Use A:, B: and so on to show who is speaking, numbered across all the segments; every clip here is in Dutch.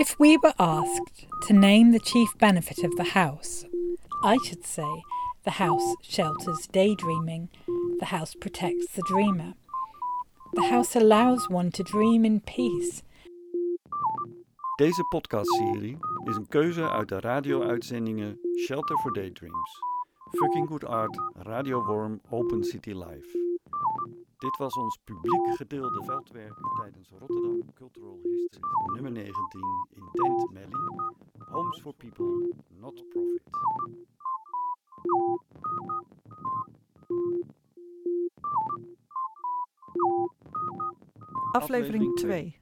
A: If we were asked to name the chief benefit of the house, I should say the house shelters daydreaming, the house protects the dreamer, the house allows one to dream in peace.
B: Deze podcastserie is een keuze uit de radio-uitzendingen Shelter for Daydreams, Fucking Good Art, Radio Worm, Open City Live. Dit was ons publiek gedeelde veldwerk tijdens Rotterdam Cultural History nummer 19 in Tent Melly, Homes for People, Not Profit. Aflevering
C: Aflevering
B: twee.
C: 2.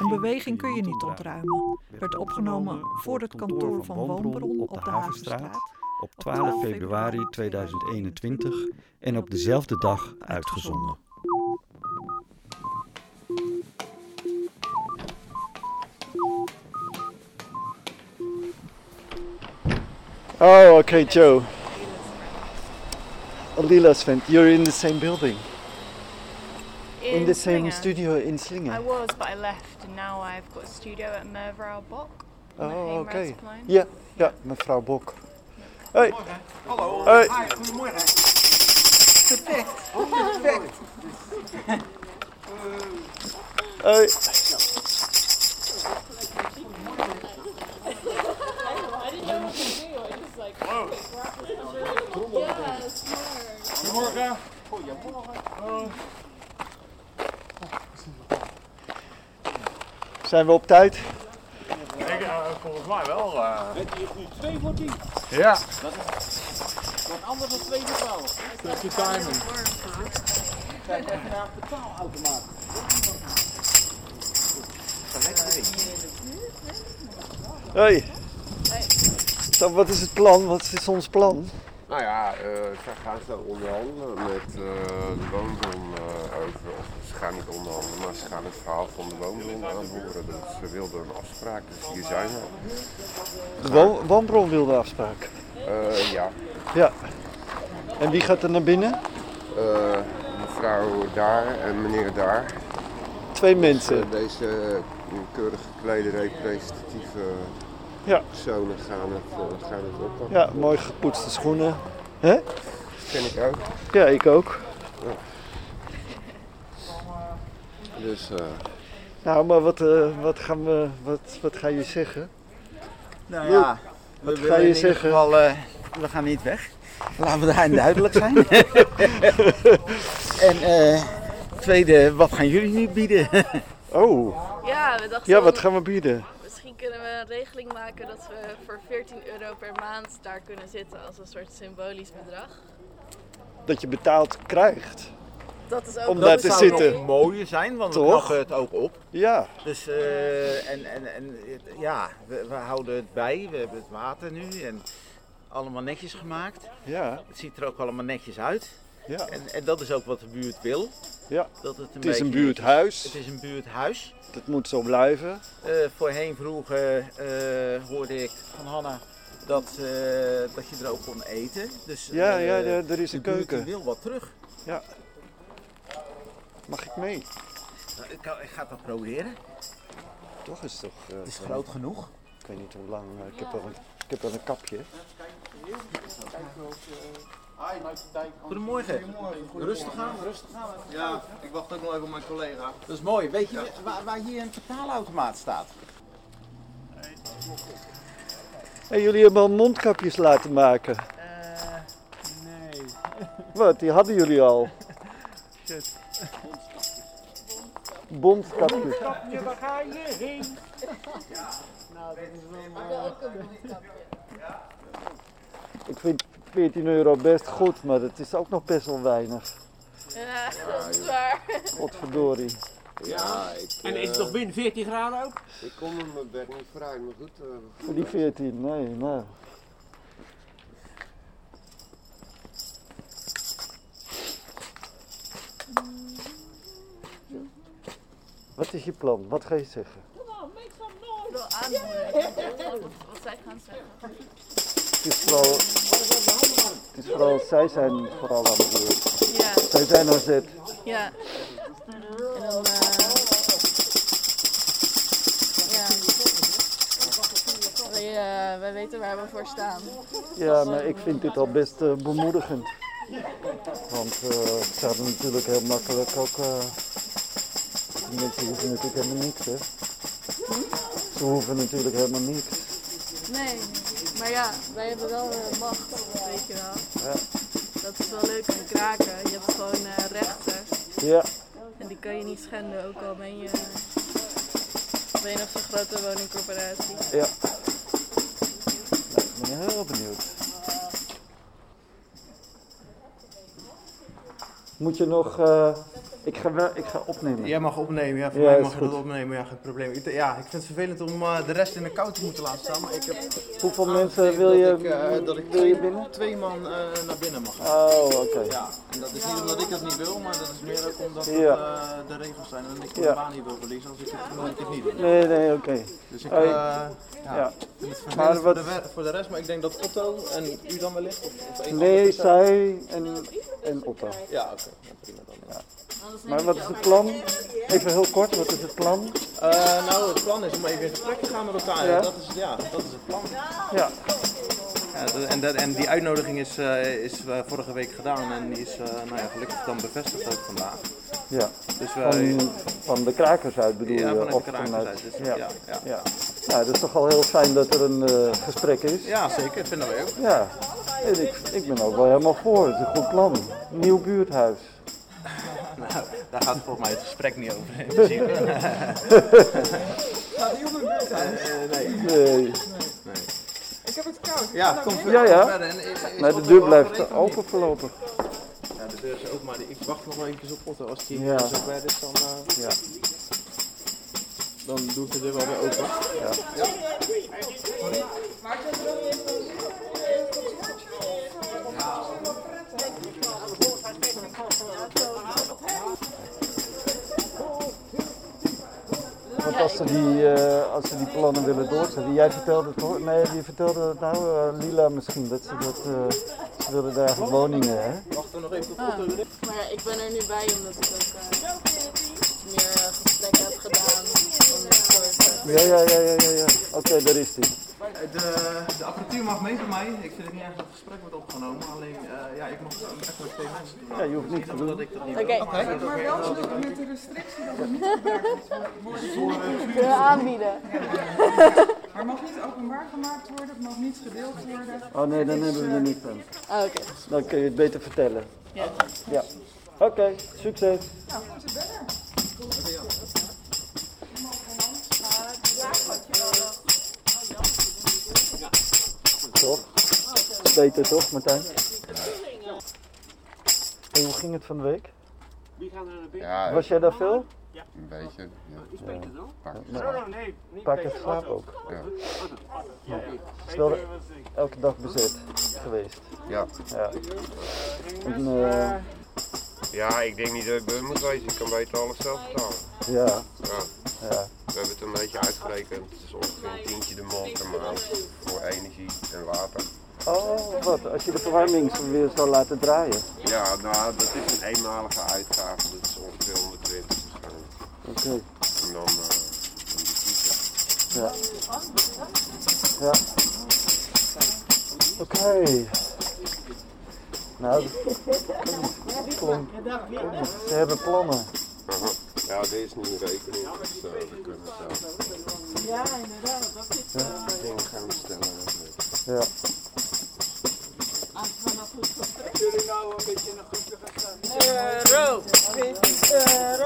C: Een beweging kun je niet ontruimen. Werd opgenomen voor het kantoor van Woonbron op de Havenstraat.
B: op 12 februari 2021 en op dezelfde dag uitgezonden.
D: Oh, okay, Joe. Lilas fan, you're in the same building, in, the same
E: Slinger.
D: studio in
E: I
D: Slinger.
E: was, but I left, and now I've got a studio at Mervrouw Bok. on the
D: Oh, okay.
E: Heemraadsplein.
D: Ja, ja, mevrouw Bok. Hoi.
F: Hallo.
D: Hoi.
F: Hi, goedemorgen. Perfect. Perfect.
D: Hoi.
F: Goedemorgen.
D: Zijn we op tijd?
F: Ik, eh, volgens mij wel. Het is nu 2 voor 10. Ja. Dat is wat anders dan 2 voor 12. Dat is de timing.
D: Hoi. Zo, wat is het plan? Wat is ons plan?
G: Nou ja, eh, ze gaan ze onderhandelen met eh, de woonbron eh, over. Of ze gaan niet onderhandelen, maar ze gaan het verhaal van de woonbron aanhoren. Dus ze wilden een afspraak, dus hier zijn we.
D: De wo- woonbron wilde afspraak.
G: Eh, ja,
D: Ja. En wie gaat er naar binnen?
G: Eh, mevrouw daar en meneer daar.
D: Twee mensen.
G: Eh, deze keurig geklede representatieve
D: Ja.
G: personen gaan het, eh, gaan het oppakken.
D: Ja, mooi gepoetste schoenen. Hè?
G: ken ik ook.
D: Ja, ik ook.
G: Dus eh,
D: Nou, maar wat, eh, wat, gaan we, wat, wat ga je zeggen?
F: Nou
D: Joep,
F: ja, we
D: wat
F: willen
D: ga je
F: in ieder
D: zeggen?
F: geval, eh, we gaan niet weg. Laten we daar duidelijk zijn. en eh, tweede, wat gaan jullie nu bieden?
D: Oh,
H: Ja, we dachten
D: ja, wat
H: van,
D: gaan we bieden?
H: misschien kunnen we een regeling maken dat we voor 14 euro per maand daar kunnen zitten als een soort symbolisch bedrag.
D: dat je betaald krijgt.
H: Dat is ook
D: Om
H: een
D: daar
F: dat
D: te
H: goed
F: zou
D: zitten.
H: idee.
F: nog mooier zijn, want
D: Toch?
F: we knappen het ook op.
D: Ja,
F: Dus eh, en, en, en ja, we, we houden het bij. We hebben het water nu en allemaal netjes gemaakt.
D: ja,
F: Het ziet er ook allemaal netjes uit.
D: ja.
F: En, en dat is ook wat de buurt wil.
D: Ja.
F: Dat het, een
D: Het is een
F: beetje- Het
D: buurthuis,
F: is een buurthuis.
D: dat moet zo blijven.
F: Eh, voorheen vroeger eh, hoorde ik van Hanna dat, eh, dat je er ook kon eten. Dus,
D: Ja,
F: eh,
D: ja, ja, er is
F: de
D: een
F: buurt die
D: keuken.
F: wil wat terug.
D: Mag ik mee?
F: Nou, ik, kan- ik ga het wel proberen.
D: Toch is het toch... eh,
F: Het is
D: zo-
F: groot genoeg.
D: Ik weet niet hoe lang, eh, ik heb wel een, ik heb wel een kapje.
F: Goedemorgen. Rustig aan, rustig aan. Ja, ik wacht ook nog even op mijn collega. Dat is mooi. Weet je waar, waar hier een betaalautomaat staat?
D: En jullie hebben al mondkapjes laten maken.
F: Nee.
D: Wat, die hadden jullie al.
F: Shit.
D: Bondkapjes. Ik vind 14 euro best goed, maar het is ook nog best wel weinig.
H: Ja, dat is waar.
D: Godverdorie.
G: ja, ik,
I: En is het
G: eh,
I: nog binnen 14 graden ook?
G: ik kom er mijn bed niet vooruit, maar goed. eh, we
D: Voor die 14, nee, nou. Wat is je plan? Wat ga je zeggen?
H: Ik wil aanmoedigen wat, wat zij gaan zeggen.
D: Het is vooral, het is vooral zij zijn vooral aan de beurt.
H: Ja,
D: Zij zijn aan zet.
H: ja. En dan, eh, ja. eh, wij weten waar we voor staan.
D: Ja, maar ik vind dit al best eh, bemoedigend. Want eh, het zou natuurlijk heel makkelijk ook... eh, die mensen hoeven natuurlijk helemaal niks, hè. Ze hoeven natuurlijk helemaal niks.
H: Nee, maar ja, wij hebben wel eh, macht, weet je wel.
D: Ja.
H: Dat is wel leuk aan kraken. Je hebt gewoon eh, rechten.
D: Ja,
H: En die kan je niet schenden, ook al ben je, eh, ben je nog zo'n grote woningcorporatie.
D: ja. Nou, ik ben heel benieuwd. Moet je nog... eh, ik, ga wel, ik ga opnemen.
J: Jij mag opnemen, ja. Voor
D: Ja,
J: mij
D: is
J: mag je dat
D: goed.
J: opnemen, ja, geen probleem. Ik, ja, ik vind het vervelend om eh, de rest in de kou te moeten laten staan, maar ik heb
D: Hoeveel mensen wil je,
J: Ah, dat ik, eh, dat ik
D: wil je
J: twee,
D: binnen?
J: twee man eh, naar binnen mag.
D: Oh, oké.
J: Ja, en dat is niet omdat ik dat niet wil, maar dat is meer ook omdat
D: Ja.
J: dat, eh, de regels zijn en ik
D: Ja.
J: mijn baan niet wil verliezen als ik het, als ik het niet doe.
D: Nee, nee, oké.
J: Dus ik,
D: Oh, ik-
J: eh, ja,
D: Ja.
J: vind het
D: Maar
J: vervelend voor,
D: wat-
J: de, we- voor de rest, maar ik denk dat Otto en u dan wellicht, of, of een van
D: Nee,
J: de-
D: zij en, en Otto.
J: Ja, oké, ja, prima dan. ja.
D: Maar wat is het plan? Even heel kort, wat is het plan?
J: Eh, nou, het plan is om even in gesprek te gaan met elkaar.
D: Ja.
J: Dat is, ja, dat is het plan.
D: Ja,
J: Ja, dat- en, dat- en die uitnodiging is, eh, is eh, vorige week gedaan en die is eh, nou ja, gelukkig dan bevestigd ook vandaag.
D: ja.
J: Dus wij,
D: Van, van de krakers uit bedoel je?
J: ja, vanuit
D: of
J: de krakers
D: vanuit-
J: uit. Dus,
D: ja.
J: ja. Ja, ja.
D: Ja. Nou, dat is toch al heel fijn dat er een eh, gesprek is.
J: zeker, vinden wij ook.
D: Ja. En ik, ik ben ook wel helemaal voor. Het is een goed plan. Nieuw buurthuis.
J: Nou, daar gaat volgens mij het gesprek niet over. in principe.
F: Gaat die op een beurt uit?
J: Eh, nee.
D: Nee.
F: Ik heb het koud.
J: Ja, kom verder.
D: Ja, ja.
J: verder. En is- is
D: Maar de
J: Otto
D: deur
J: al
D: blijft
J: geregeld?
D: open voorlopig.
J: Ja, de deur is open, maar ik wacht nog wel eventjes op Otto. Als die
D: Ja.
J: zo zover is, dan, eh,
D: Ja.
J: dan doe ik de deur wel weer open.
D: Want als ze die, eh, als ze die plannen willen doorzetten. Jij vertelde het hoor. Nee, die vertelde het nou, eh, Lila misschien, dat ze dat. eh, ze willen daar eigenlijk woningen, hè?
J: Wacht er nog even op Otto.
H: Ah. Maar ja, ik ben er nu bij omdat ik ook eh, meer eh, gesprekken heb gedaan. Om het soort, eh,
D: Ja, ja, ja, ja, ja. ja. Oké, daar is die.
J: Eh, De, de apparatuur mag mee voor mij. Ik vind het niet erg dat het gesprek wordt opgenomen. Alleen, eh, ja, ik mag het echt met twee mensen doen.
D: Ja, je hoeft niks
J: Niet
D: te doen.
J: omdat ik dat niet
H: Oké.
J: wil. maar dat is
F: Maar
J: oké.
F: wel zo met de restrictie dat het niet gebruikt wordt. Wordt het niet-
H: kunnen aanbieden.
F: Maar het mag niet openbaar gemaakt worden, het mag niet gedeeld worden. eh,
D: Oh nee, dan hebben we er niks aan.
H: Oh, Oké.
D: Dan kun je het beter vertellen.
H: Ja.
D: Ja. Oké, succes. Toch? Beter toch, Martijn? Hey, hoe ging het van de week?
G: Ja,
D: Was jij daar veel?
G: een beetje. Ja.
D: Een paar keer geslapen ook.
G: Ja.
D: Ja. Is wel elke dag bezet geweest.
G: Ja.
D: Ja. En, eh,
G: ja, ik denk niet dat ik bij moet wezen. Ik kan beter alles zelf betalen.
D: ja.
G: Ja.
D: Ja.
G: We hebben het een beetje uitgerekend. Het is ongeveer een tientje de man per maand voor energie en water.
D: Oh, wat? Als je de verwarming weer zou laten draaien.
G: Ja, nou, dat is een eenmalige uitgave. Dat is ongeveer 120 waarschijnlijk.
D: Oké.
G: En dan... eh, dan die tieten.
D: Ja. Ja. Oké. Nou, dat klonk- klonk- ze hebben plannen.
G: Aha. Ja, dit is nu een rekening, dus eh, we kunnen zelf. Ja, inderdaad, dat is... eh, Dingen gaan bestellen.
D: Ja.
G: eh, Ja,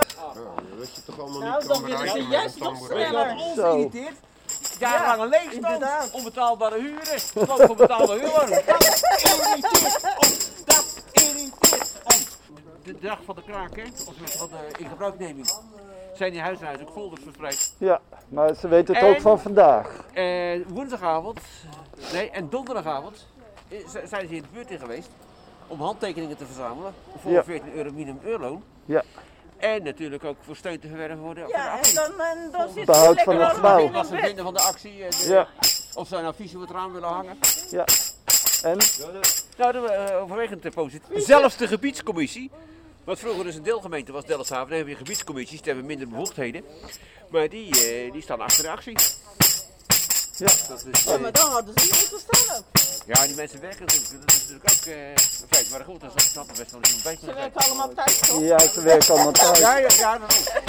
G: dat je toch allemaal niet kan bereiken met een tamboerijn.
D: Zo.
I: Jarenlange leegstand, onbetaalbare huren, sloop voor betaalbare huren. Dat irriteert
F: Oh,
I: ons, dat irriteert ons. De dag van de kraken, of tenminste van de ingebruikneming, zijn die huishuizen ook folders verspreid.
D: Ja, maar ze weten het ook
I: En?
D: van vandaag.
I: Eh, woensdagavond, nee, en donderdagavond eh, z- zijn ze in de buurt in geweest om handtekeningen te verzamelen voor
D: Ja.
I: 14 euro minimum uurloon.
D: Ja.
I: En natuurlijk ook voor steun te verwerven voor de, voor de actie.
C: eh,
D: Behoud van het gebouw.
I: Wat ze vinden van de actie, eh, de-
D: Ja,
I: of ze nou een affiche voor het raam willen hangen.
D: ja. En?
I: Nou, dat eh, overwegend eh, positief. Zelfs de gebiedscommissie, wat vroeger dus een deelgemeente was, Delfshaven, daar heb je gebiedscommissies, die hebben minder bevoegdheden. Maar die, eh, die staan achter de actie.
D: Ja.
I: Dat is,
C: Ja, maar dan hadden ze niet moeten staan ook.
I: Ja, die mensen weg, dat is dat is natuurlijk ook eh, een feit. Maar goed, dat is dat best wel een beetje.
C: Ze werken allemaal thuis, toch?
D: Ja, ze werken allemaal thuis.
I: Ja, ja, ja, dat ook.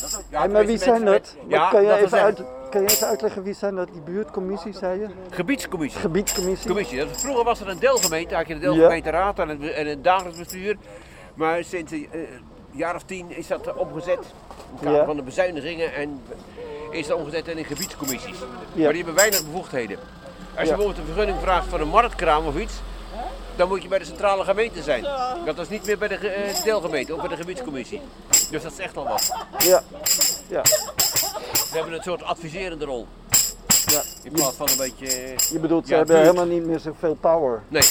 I: Dat ook. Ja,
D: Hey, maar wie
I: tenminste,
D: zijn dat?
I: mensen-
D: Wat- kan, je
I: dat wil
D: even
I: zeggen,
D: uit, kan je even uitleggen wie zijn dat? Die buurtcommissie, zei je?
I: Gebiedscommissie.
D: Gebiedscommissie.
I: Commissie. Dat- Vroeger was er een deelgemeente, had je een deelgemeenteraad en een, en een dagelijks bestuur. Maar sinds een eh, jaar of tien is dat eh, opgezet. In het kader
D: Ja.
I: van de bezuinigingen en is dat omgezet in een gebiedscommissies.
D: Ja.
I: Maar die hebben weinig bevoegdheden. Als je
D: Ja.
I: bijvoorbeeld een vergunning vraagt voor een marktkraam of iets, dan moet je bij de centrale gemeente zijn. Dat is niet meer bij de ge- eh, deelgemeente of bij de gebiedscommissie. Dus dat is echt al wat.
D: Ja. ja.
I: Ze hebben een soort adviserende rol. In plaats van een beetje. eh,
D: Je bedoelt, ze
I: ja,
D: hebben
I: buurt.
D: helemaal niet meer zoveel power.
I: Nee.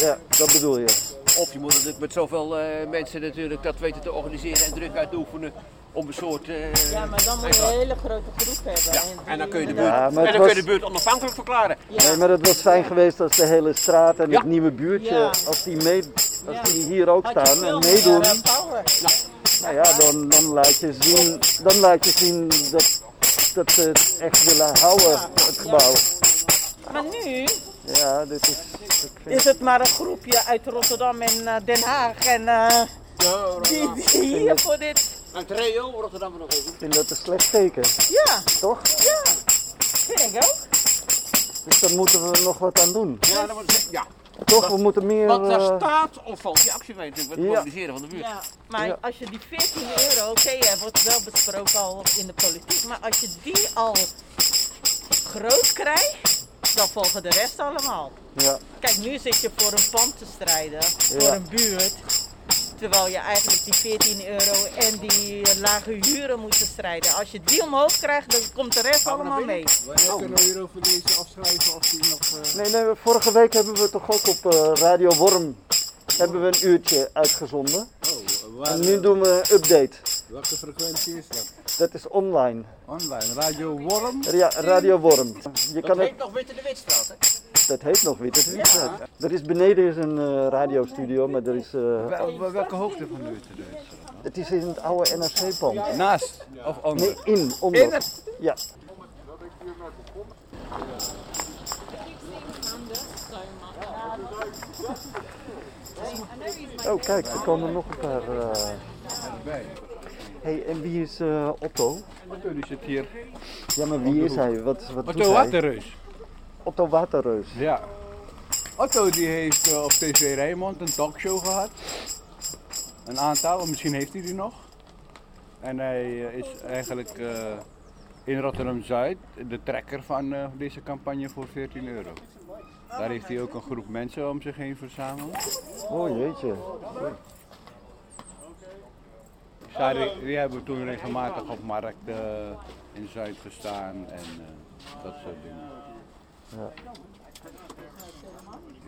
D: Ja, dat bedoel je.
I: Of je moet natuurlijk met zoveel eh, mensen natuurlijk dat weten te organiseren en druk uit te oefenen om een soort. eh,
C: Ja, maar dan moet je
I: eigen-
C: een hele grote groep hebben. die-
I: En dan kun je de
D: Ja,
I: buurt,
D: maar
I: en
D: het
I: dan kun je
D: was-
I: de buurt onafhankelijk verklaren.
D: Nee, maar het was fijn geweest als de hele straat en
I: Ja.
D: het nieuwe buurtje,
I: Ja.
D: als die, mee, als
C: Ja.
D: die hier ook
C: Had je
D: staan en
C: veel
D: meedoen,
C: meer, eh, power.
D: nou ja, dan, dan, laat je zien, dan laat je zien dat, dat ze het echt willen houden, het gebouw.
C: Maar nu
D: Ja, dit is... ik vind-
C: is het maar een groepje uit Rotterdam en eh, Den Haag en eh, die, die hier voor dit.
I: Uit Reo, Rotterdam nog even.
D: Ik vind dat een slecht teken.
C: Ja.
D: Toch?
C: Ja. Vind ik ook.
D: Dus daar moeten we nog wat aan doen.
I: Ja, dan moet je, ja.
D: Toch, we moeten meer...
I: Want daar
D: eh,
I: staat of valt die actie mee natuurlijk, met het
D: ja.
I: mobiliseren van de buurt.
C: Ja, maar
I: Ja.
C: als je die 14 euro, oké, er wordt wel besproken al in de politiek, maar als je die al groot krijgt, dan volgen de rest allemaal.
D: Ja.
C: Kijk, nu zit je voor een pand te strijden,
D: Ja.
C: voor een buurt, terwijl je eigenlijk die 14 euro en die eh, lage huren moet bestrijden. Als je die omhoog krijgt, dan komt de rest allemaal mee.
D: Oh.
K: kunnen hierover deze afschrijven als die nog... eh,
D: Nee, nee, vorige week hebben we toch ook op eh, Radio Worm hebben we een uurtje uitgezonden.
K: Oh, waar-
D: en nu doen we een update.
K: Welke frequentie is dat?
D: Dat is online.
K: Online, Radio Worm.
D: Ja, Radio Worm. Je kan het,
I: nog Witte de Witstraat, hè?
D: dat heet nog Witte de Witstraat. Er is beneden is een eh, radiostudio, maar er is, eh,
K: Wel- wel- welke hoogte van nu te doen?
D: het is in het oude NRC-pand.
K: Naast of onder?
D: Nee, in, onder.
K: In het-
D: Ja. Oh, kijk, er komen nog een paar. eh. hey, en wie is eh, Otto?
K: Otto die zit hier.
D: Ja, maar wie is hij? Wat, wat doet
K: Otto
D: hij?
K: Waterreus.
D: Otto Waterreus.
K: Ja. Otto die heeft eh, op TV Rijnmond een talkshow gehad. Een aantal, misschien heeft hij die nog. En hij eh, is eigenlijk eh, in Rotterdam-Zuid de trekker van eh, deze campagne voor 14 euro. Daar heeft hij ook een groep mensen om zich heen verzameld.
D: Oh jeetje.
K: Daar, die hebben toen regelmatig op markten eh, in Zuid gestaan en eh, dat soort dingen.
D: Ja.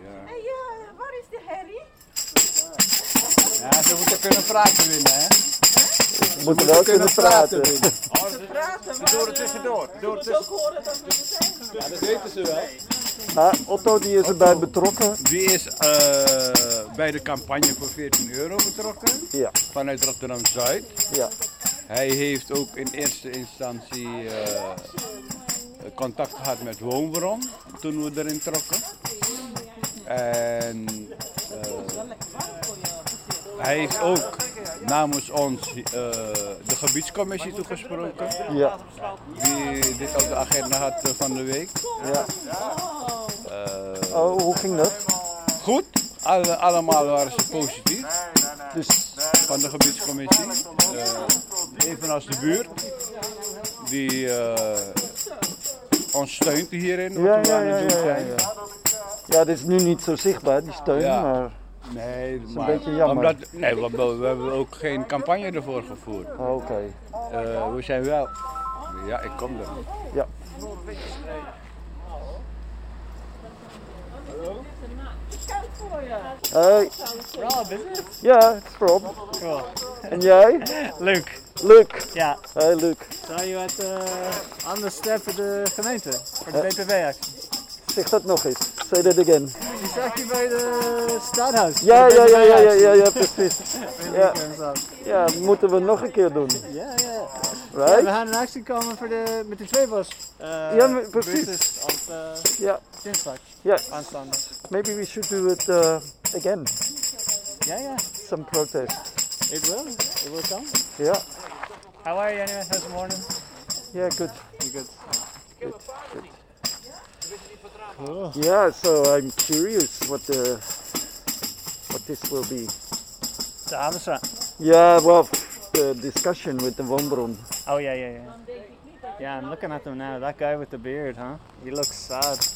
K: Ja.
C: Hey, ja, waar is de herrie?
K: Ja, ze moeten kunnen praten winnen, hè? Oh, Ze
D: moeten wel kunnen praten.
C: Praten, maar,
I: Door het tussendoor. Door het
C: ook horen dat we er zijn.
K: Ja, dat weten ze wel.
D: Maar Otto die is erbij betrokken.
K: Die is eh, bij de campagne voor 14 euro betrokken.
D: Ja.
K: Vanuit Rotterdam-Zuid.
D: Ja.
K: Hij heeft ook in eerste instantie eh, contact gehad met Woonbron toen we erin trokken. En eh, hij heeft ook namens ons eh, de gebiedscommissie toegesproken.
D: Ja.
K: Die dit op de agenda had eh, van de week.
D: Ja.
K: Eh,
D: Oh, hoe ging dat?
K: Goed, alle, allemaal waren ze positief.
D: Dus
K: van de gebiedscommissie. Eh, evenals de buurt. Die eh, ons steunt hierin. Wat
D: Ja,
K: we
D: ja,
K: aan
D: ja,
K: het doen
D: ja,
K: zijn.
D: ja. Ja, dit is nu niet zo zichtbaar, die steun,
K: Ja.
D: maar...
K: Nee,
D: is een
K: maar,
D: beetje jammer.
K: Omdat, nee, we, we- we hebben ook geen campagne ervoor gevoerd.
D: Oh, Oké.
K: Eh, we zijn wel. Ja, ik kom er.
D: Ja. Hey.
L: Rob, is het?
D: Ja, het is Rob.
L: Cool.
D: En jij?
L: Luc.
D: Luc.
L: Ja.
D: Hey, Luc.
L: Zou je wat eh, anders stellen voor de gemeente? Voor de
D: Eh.
L: BPW-actie?
D: Zeg dat nog eens. Say that again.
M: Die zag je bij de stadhuis.
D: Ja, ja, ja, ja, ja, ja, ja, precies. Ja. ja,
M: Ja,
D: moeten we nog een keer doen.
M: ja.
D: Right?
M: we gaan in actie komen voor de, met de tweebos. eh,
D: Ja, maar precies.
M: buses Op eh
D: Ja.
M: dinsdag.
D: Ja.
M: Aanstaande.
D: Maybe we should do it uh, again.
M: Ja, ja.
D: Some protest.
M: It will. It will come.
D: Yeah.
M: How are you anyway? How's the morning?
D: Yeah, good.
M: You good?
D: Good. Good. Yeah, so I'm curious what the what this will be.
M: De Adelsra.
D: Yeah, well, the discussion with the Wombron.
M: Oh, yeah, yeah, yeah. Yeah, I'm looking at him now. That guy with the beard, huh? He looks sad.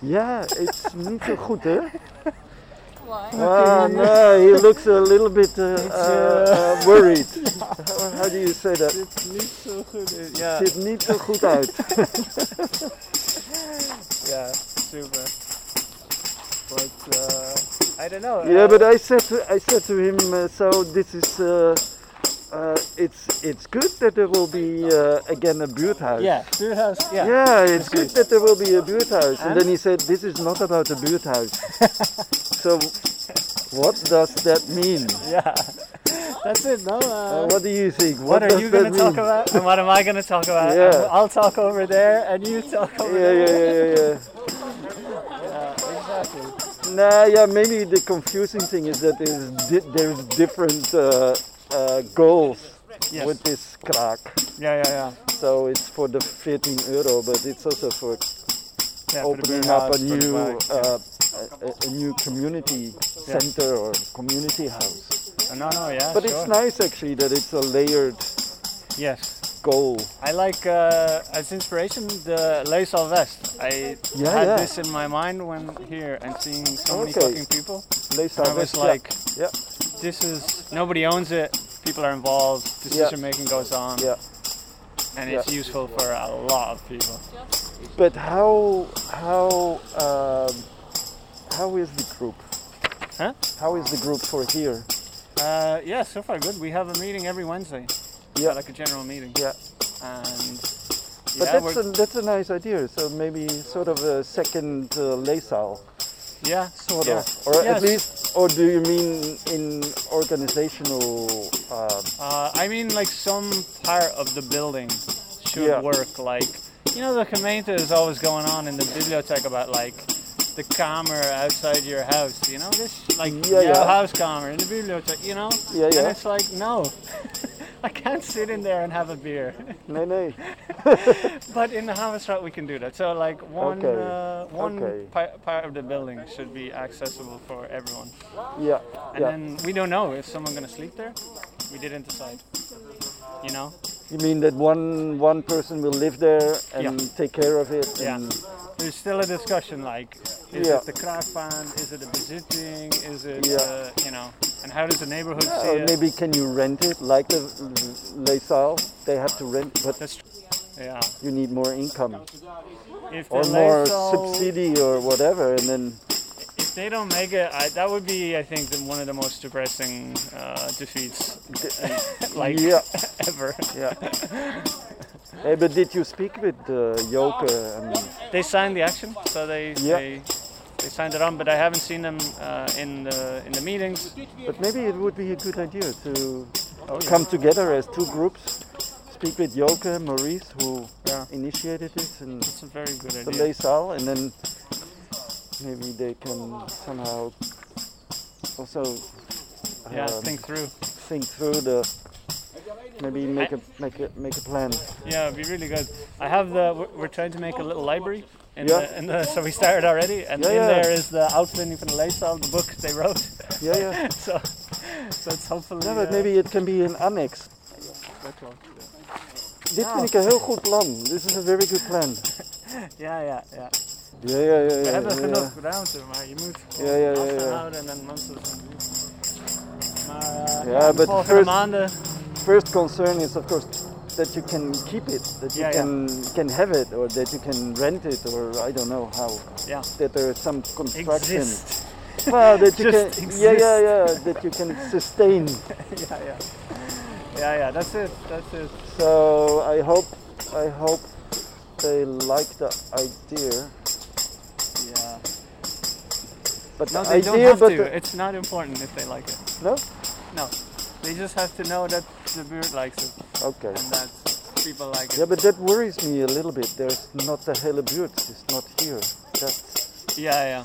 D: Yeah, it's niet zo goed, hè?
M: Why?
D: Ah, no, he looks a little bit uh,
M: It's,
D: uh,
K: eh,
M: uh,
D: worried. how, how do you say that?
M: Ziet niet zo goed uit.
D: Het Ziet niet zo goed uit.
M: yeah, super. But uh, I don't know.
D: Yeah,
M: uh,
D: but I said to, I said to him, uh, so this is uh, uh, it's it's good that there will be uh, again a buurthuis.
M: yeah, your house. Yeah.
D: Yeah, it's good that there will be a buurthuis. And,
M: And?
D: then he said, this is not about a buurthuis. so what does that mean?
M: Yeah. That's it. No.
D: Uh,
M: Uh,
D: what do you think?
M: what,
D: does
M: are you
D: that
M: gonna talk
D: mean?
M: about? And what am I gonna talk about?
D: Yeah.
M: And I'll talk over there, and you talk over
D: Yeah, yeah,
M: there.
D: yeah, yeah,
M: yeah. Exactly. Uh,
D: yeah. Nah, yeah. Maybe the confusing thing is that there's di- there's different uh, uh, goals
M: Yes.
D: with this kraak.
M: Yeah, yeah, yeah.
D: So it's for the 14 euro, but it's also for
M: Yeah, for the
D: opening
M: beer
D: up a
M: house, for the
D: new
M: bike, yeah.
D: uh, a, a- a new community
M: Yeah.
D: center or community house.
M: No, Oh, no, yeah.
D: but
M: sure.
D: it's nice actually that it's a layered
M: Yes.
D: goal.
M: I like uh, as inspiration the Laisal West. I
D: Yeah,
M: had
D: yeah.
M: this in my mind when here and seeing so many
D: Okay.
M: fucking people.
D: Laisal
M: And I was
D: West, yeah.
M: like,
D: yeah.
M: this is nobody owns it. People are involved. Decision making goes on.
D: Yeah.
M: And it's
D: Yeah.
M: useful for a lot of people.
D: But how how um, how is the group?
M: Huh?
D: How is the group for here?
M: Uh, yeah, so far good. We have a meeting every Wednesday.
D: Yeah.
M: Like a general meeting.
D: Yeah.
M: And
D: But
M: yeah,
D: that's
M: we're-
D: a, that's a nice idea. So maybe sort of a second uh, Laisal.
M: Yeah,
D: sort
M: yeah.
D: of, or
M: Yes.
D: at least, or do you mean in organizational? Um,
M: Uh, I mean, like some part of the building should
D: Yeah.
M: work. Like, you know, the gemeente is always going on in the bibliotheque about like the kamer outside your house. You know, this like
D: Yeah,
M: your
D: yeah.
M: house kamer in the bibliotheque. You know,
D: Yeah,
M: and
D: yeah.
M: it's like no, I can't sit in there and have a beer.
D: nee, nee.
M: but in the Havenstraat we can do that. So like one
D: Okay,
M: uh, one
D: okay.
M: pi- part of the building should be accessible for everyone.
D: Yeah,
M: And
D: yeah.
M: then we don't know if someone's gonna sleep there. We didn't decide. You know.
D: You mean that one one person will live there and take care of it?
M: Yeah.
D: And,
M: There's still a discussion like, is
D: Yeah.
M: it the crack band? Is it a visiting? Is it,
D: Yeah.
M: uh, you know, and how does the neighborhood
D: Yeah,
M: see
D: or
M: it?
D: maybe can you rent it like the Laisal? They have to rent, but
M: yeah.
D: you need more income
M: If the
D: or more
M: Lysol-
D: subsidy or whatever, and then
M: If they don't make it, I, that would be, I think, the, one of the most depressing uh, defeats, like,
D: yeah.
M: ever.
D: Yeah. Hey, eh, but did you speak with uh, Joke? And,
M: They signed the action, so they
D: Yeah.
M: they, they signed it on, but I haven't seen them uh, in the in the meetings.
D: but maybe it would be a good idea to
M: Oh, yeah.
D: come together as two groups, speak with Joke, Maurice, who
M: Yeah.
D: initiated this, and
M: That's a very good
D: the
M: idea.
D: Laisal, and then maybe they can somehow also um,
M: Yeah, think through.
D: think through the maybe make a make a make a plan.
M: Yeah, it'd be really good. I have the. We're, we're trying to make a little library, and,
D: Yeah.
M: the, and the, so we started already. And
D: Yeah,
M: in
D: yeah.
M: there is the outfitting for the lifestyle, the book they wrote.
D: Yeah, yeah.
M: so, so it's hopefully.
D: Ja, maar
M: uh,
D: maybe it can be an annex.
M: dat wel.
D: Dit
M: Ah.
D: vind ik een heel goed plan. This is a very good plan.
M: Ja, ja, ja.
D: Ja, ja, ja.
M: We
D: ja,
M: hebben
D: ja,
M: genoeg
D: ja.
M: ruimte, maar je moet
D: Ja, ja, ja, ja.
M: afhouden en dan mensen. Maar eh,
D: Yeah,
M: de
D: but the
M: volgende
D: first,
M: maanden.
D: first concern is of course that you can keep it, that you
M: Yeah, yeah.
D: can can have it, or that you can rent it, or I don't know how.
M: Yeah.
D: That there is some construction.
M: Exist.
D: Well, that you
M: Just
D: can. Yeah, yeah, yeah.
M: exist.
D: That you can sustain.
M: yeah, yeah. Yeah, yeah. That's it. That's it.
D: So I hope, I hope they like the idea.
M: Yeah.
D: But
M: No,
D: the
M: they don't
D: idea,
M: have
D: but
M: to.
D: the-
M: It's not important if they like it.
D: No?
M: No. They just have to know that the beard likes it.
D: Okay.
M: And that people like it.
D: Yeah, but that worries me a little bit. There's not the hele buurt. It's not here. That's
M: Yeah, yeah.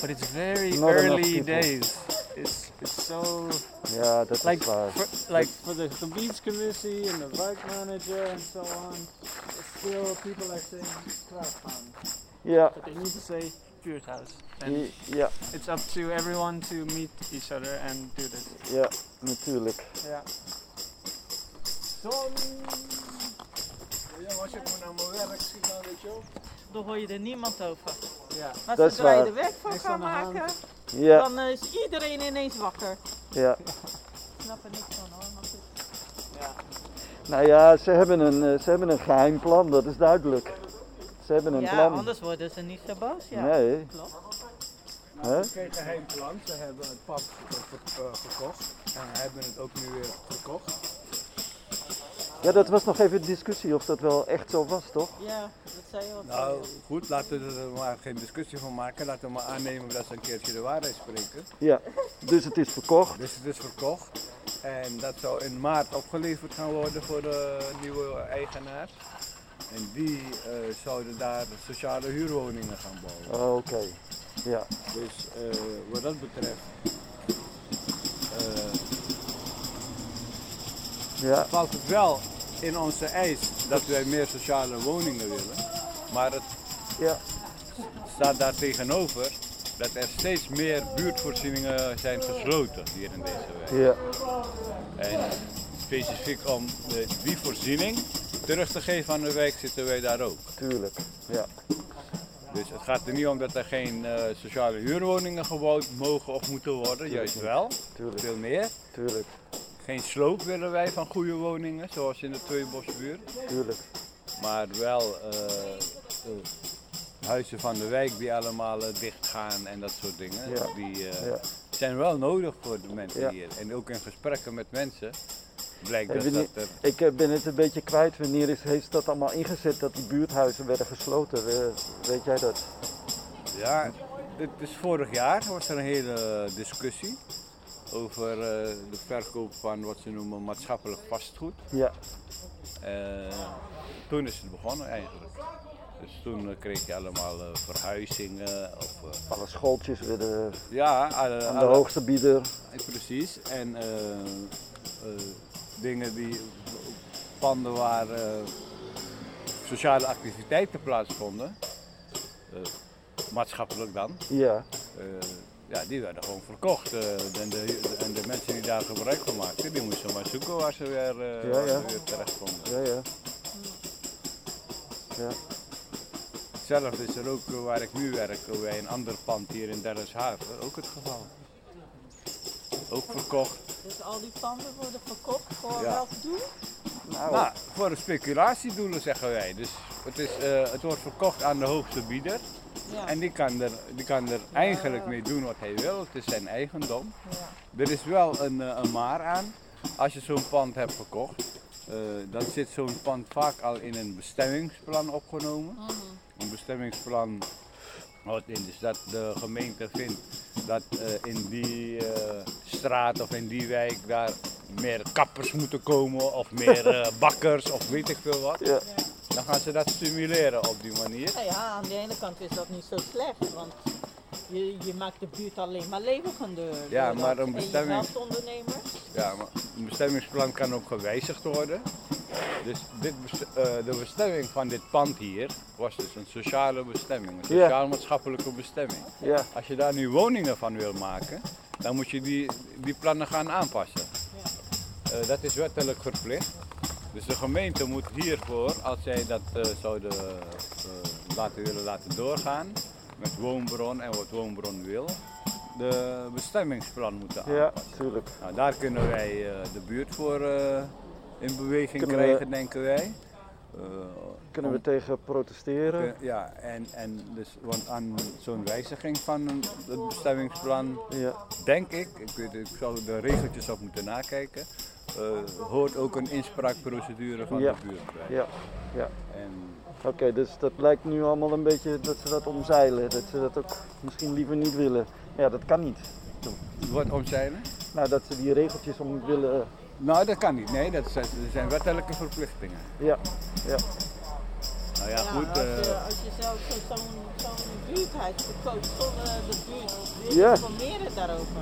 M: But it's very
D: Not enough
M: early
D: people.
M: days. It's it's so
D: yeah, that's
M: like
D: waar.
M: for, like for the, the beach committee and the bike manager and so on. it's Still, people are saying crowdfund.
D: Yeah.
M: But they need to say beard house.
D: Ye- yeah.
M: It's up to everyone to meet each other and do this.
D: Ja, natuurlijk.
M: Yeah.
I: Zon. Ja, was ik maar naar mijn werk zie, dan weet je wel.
C: Dan hoor je er niemand over.
I: Ja.
C: Maar
D: Dat is
C: zodra je
D: waar.
C: er werk van
I: Niks
C: kan
I: aan de hand.
C: maken,
D: Ja.
C: dan eh, is iedereen ineens wakker.
D: Ja.
C: Ik snap er niks van hoor, maar goed.
D: Nou ja, ze hebben, een, eh, ze hebben een geheim plan, dat is duidelijk. Ze hebben een
C: ja,
D: plan.
C: anders worden ze niet zo boos. Ja.
D: Nee. Hè?
K: Ze Nou, kregen geen plan, ze hebben het pad eh, gekocht en hebben het ook nu weer verkocht.
D: Ja, dat was nog even discussie of dat wel echt zo was, toch?
C: Ja, dat zei je al.
K: Nou goed, laten we er maar geen discussie van maken. Laten we maar aannemen dat ze een keertje de waarheid spreken.
D: Ja. Dus het is verkocht.
K: Dus het is verkocht. En dat zou in maart opgeleverd gaan worden voor de nieuwe eigenaar. En die eh, zouden daar sociale huurwoningen gaan bouwen.
D: Oh, Oké. Ja.
K: Dus eh, wat dat betreft. eh,
D: Ja.
K: valt het wel in onze eis dat wij meer sociale woningen willen. Maar het staat daar tegenover dat er steeds meer buurtvoorzieningen zijn gesloten hier in deze wijk. En specifiek om de, die voorziening terug te geven aan de wijk zitten wij daar ook.
D: Tuurlijk, ja.
K: Dus het gaat er niet om dat er geen eh, sociale huurwoningen gebouwd mogen of moeten worden, juist
D: niet.
K: wel.
D: Tuurlijk.
K: Veel meer.
D: Tuurlijk.
K: Geen sloop willen wij van goede woningen, zoals in de Tweebosbuurt.
D: Tuurlijk.
K: Maar wel eh, eh, huizen van de wijk die allemaal eh, dicht gaan en dat soort dingen.
D: Ja.
K: Die eh,
D: Ja.
K: zijn wel nodig voor de mensen
D: Ja.
K: hier. En ook in gesprekken met mensen
D: Ik
K: blijkt dat,
D: ben,
K: dat
D: niet-
K: er...
D: ik eh, ben het een beetje kwijt. Wanneer is, heeft dat allemaal ingezet dat die buurthuizen werden gesloten? We- weet jij dat?
K: Ja, het is vorig jaar was er een hele discussie over eh, de verkoop van wat ze noemen maatschappelijk vastgoed.
D: Ja.
K: Eh, toen is het begonnen eigenlijk. Dus toen eh, kreeg je allemaal eh, verhuizingen of eh,
D: Alle schooltjes werden
K: ja, eh, alle-
D: aan de
K: alle-
D: hoogste bieder.
K: Eh, Precies. En eh, eh, dingen die panden waar eh, sociale activiteiten plaatsvonden, eh, maatschappelijk dan,
D: Ja.
K: eh, ja, die werden gewoon verkocht. eh, en, de, en de mensen die daar gebruik van maakten, die moesten maar zoeken waar ze weer, eh,
D: Ja,
K: waar ze
D: ja.
K: weer terecht konden.
D: Ja, ja. Ja.
K: Hetzelfde is er ook eh, waar ik nu werk, eh, bij een ander pand hier in Delfshaven, ook het geval. Ook verkocht.
C: Dus al die panden worden verkocht voor
K: Ja.
C: welk doel?
K: Nou, voor de speculatiedoelen zeggen wij. Dus het, is, eh, het wordt verkocht aan de hoogste bieder.
C: Ja.
K: En die kan er, die kan er eigenlijk mee doen wat hij wil. Het is zijn eigendom. Er is wel een, eh, een maar aan. Als je zo'n pand hebt verkocht, eh, dan zit zo'n pand vaak al in een bestemmingsplan opgenomen. Een bestemmingsplan wat in de stad de gemeente vindt dat eh, in die eh, straat of in die wijk daar meer kappers moeten komen of meer eh, bakkers of weet ik veel wat. Dan gaan ze dat stimuleren op die manier.
C: Nou ja, aan de ene kant is dat niet zo slecht, want je, je maakt de buurt alleen maar levender.
K: Ja,
C: door
K: maar
C: dat.
K: een
C: En je
K: bestemming-
C: helpt ondernemers.
K: Ja, maar een bestemmingsplan kan ook gewijzigd worden. Dus dit, bes- eh, de bestemming van dit pand hier was dus een sociale bestemming, een
D: Ja.
K: sociaal-maatschappelijke bestemming.
D: Ja.
K: Als je daar nu woningen van wil maken, dan moet je die, die plannen gaan aanpassen. Eh, dat is wettelijk verplicht. Dus de gemeente moet hiervoor, als zij dat eh, zouden eh, laten willen laten doorgaan, met woonbron en wat woonbron wil, de bestemmingsplan moeten aanpassen.
D: Ja, tuurlijk.
K: Nou, daar kunnen wij eh, de buurt voor eh, in beweging
D: Kunnen we-
K: krijgen, denken wij. Eh,
D: Kunnen we
K: om-
D: tegen protesteren?
K: Eh, Ja, en, en dus, want aan zo'n wijziging van een- het bestemmingsplan, denk ik, ik, weet, ik zou de regeltjes op moeten nakijken, eh, hoort ook een inspraakprocedure van
D: Ja.
K: de buurt bij.
D: Ja. Ja.
K: En
D: Oké, dus dat lijkt nu allemaal een beetje dat ze dat omzeilen. Dat ze dat ook misschien liever niet willen. Ja, dat kan niet.
K: Wat omzeilen?
D: Nou, dat ze die regeltjes om willen.
K: Nou, dat kan niet. Nee, dat zijn, er zijn wettelijke verplichtingen.
D: Ja, ja.
K: Nou ja, goed.
C: als, je,
K: eh,
C: als je zelf zo- zo'n zo'n buurthuis verkoopt zonder de buurt weer
K: Ja.
C: te informeren daarover,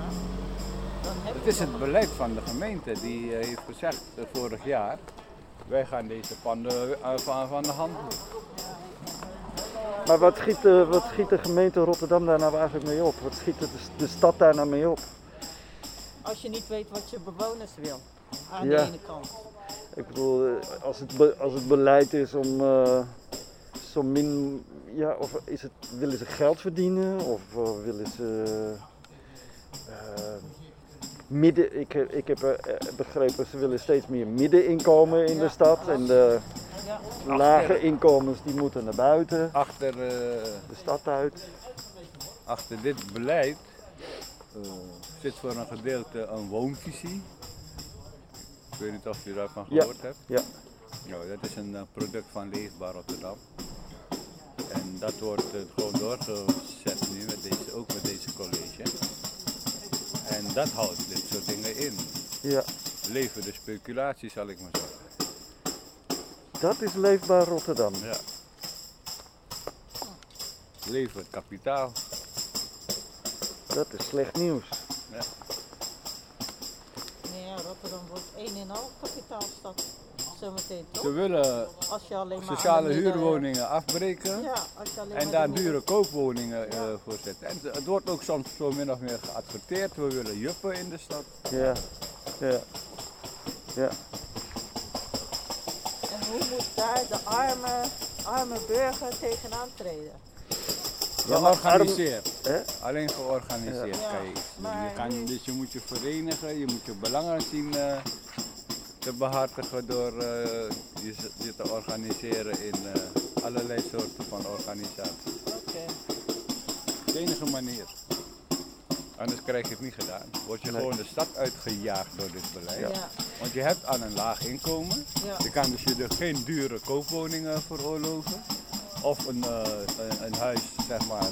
C: dan heb
K: Het
C: je
K: is het beleid van de gemeente die eh, heeft gezegd eh, vorig jaar, wij gaan deze panden eh, van, van de hand doen.
D: Maar wat schiet, de, wat schiet de gemeente Rotterdam daar nou eigenlijk mee op? Wat schiet de, de stad daar nou mee op?
C: Als je niet weet wat je bewoners wil, Ah, aan
D: Ja.
C: de ene kant.
D: Ik bedoel, eh, als het, be- als het beleid is om eh, zo min. Ja, of is het, willen ze geld verdienen? Of eh, willen ze. eh, midden. Ik, heb- ik heb eh, begrepen, ze willen steeds meer middeninkomen in de stad. En de
K: Ja.
D: lage inkomens die moeten naar buiten.
K: Achter, eh,
D: de stad uit.
K: Achter dit beleid eh, zit voor een gedeelte een woonvisie. Ik weet niet of je daarvan
D: Ja,
K: gehoord hebt.
D: ja.
K: Nou, dat is een eh, product van Leefbaar Rotterdam. En dat wordt eh, gewoon doorgezet nu, met deze, ook met deze college. En dat houdt dit soort dingen in.
D: Ja.
K: Leven de speculatie, zal ik maar zeggen.
D: Dat is leefbaar Rotterdam.
K: Ja. Leven het kapitaal.
D: Dat is slecht nieuws.
K: Ja.
C: Nee, ja, Rotterdam wordt één en al kapitaalstad. Zometeen toch?
K: Ze willen
C: Als je alleen maar aan
K: sociale
C: de midden-
K: huurwoningen afbreken
C: Ja, als je alleen
K: en
C: maar
K: daar
C: de midden-
K: dure koopwoningen eh, voor zetten. En het wordt ook soms zo min of meer geadverteerd, we willen juppen in de stad.
D: Ja. Ja. Ja.
C: En hoe moet daar de arme, arme burger tegenaan treden?
K: Georganiseerd.
D: Hè?
K: Alleen georganiseerd
C: Ja.
K: kan je iets doen.
C: Maar
K: Je kan-
C: nu-
K: dus je moet je verenigen, je moet je belangen zien eh, te behartigen door eh, je, je te organiseren in eh, allerlei soorten van organisaties.
C: Oké.
K: De enige manier. Anders krijg je het niet gedaan. Word je
D: Nee.
K: gewoon de stad uitgejaagd door dit beleid.
C: Ja.
K: Want je hebt aan een laag inkomen.
C: Ja.
K: Je kan dus je er geen dure koopwoningen veroorloven. Of een, eh, een, een huis, zeg maar,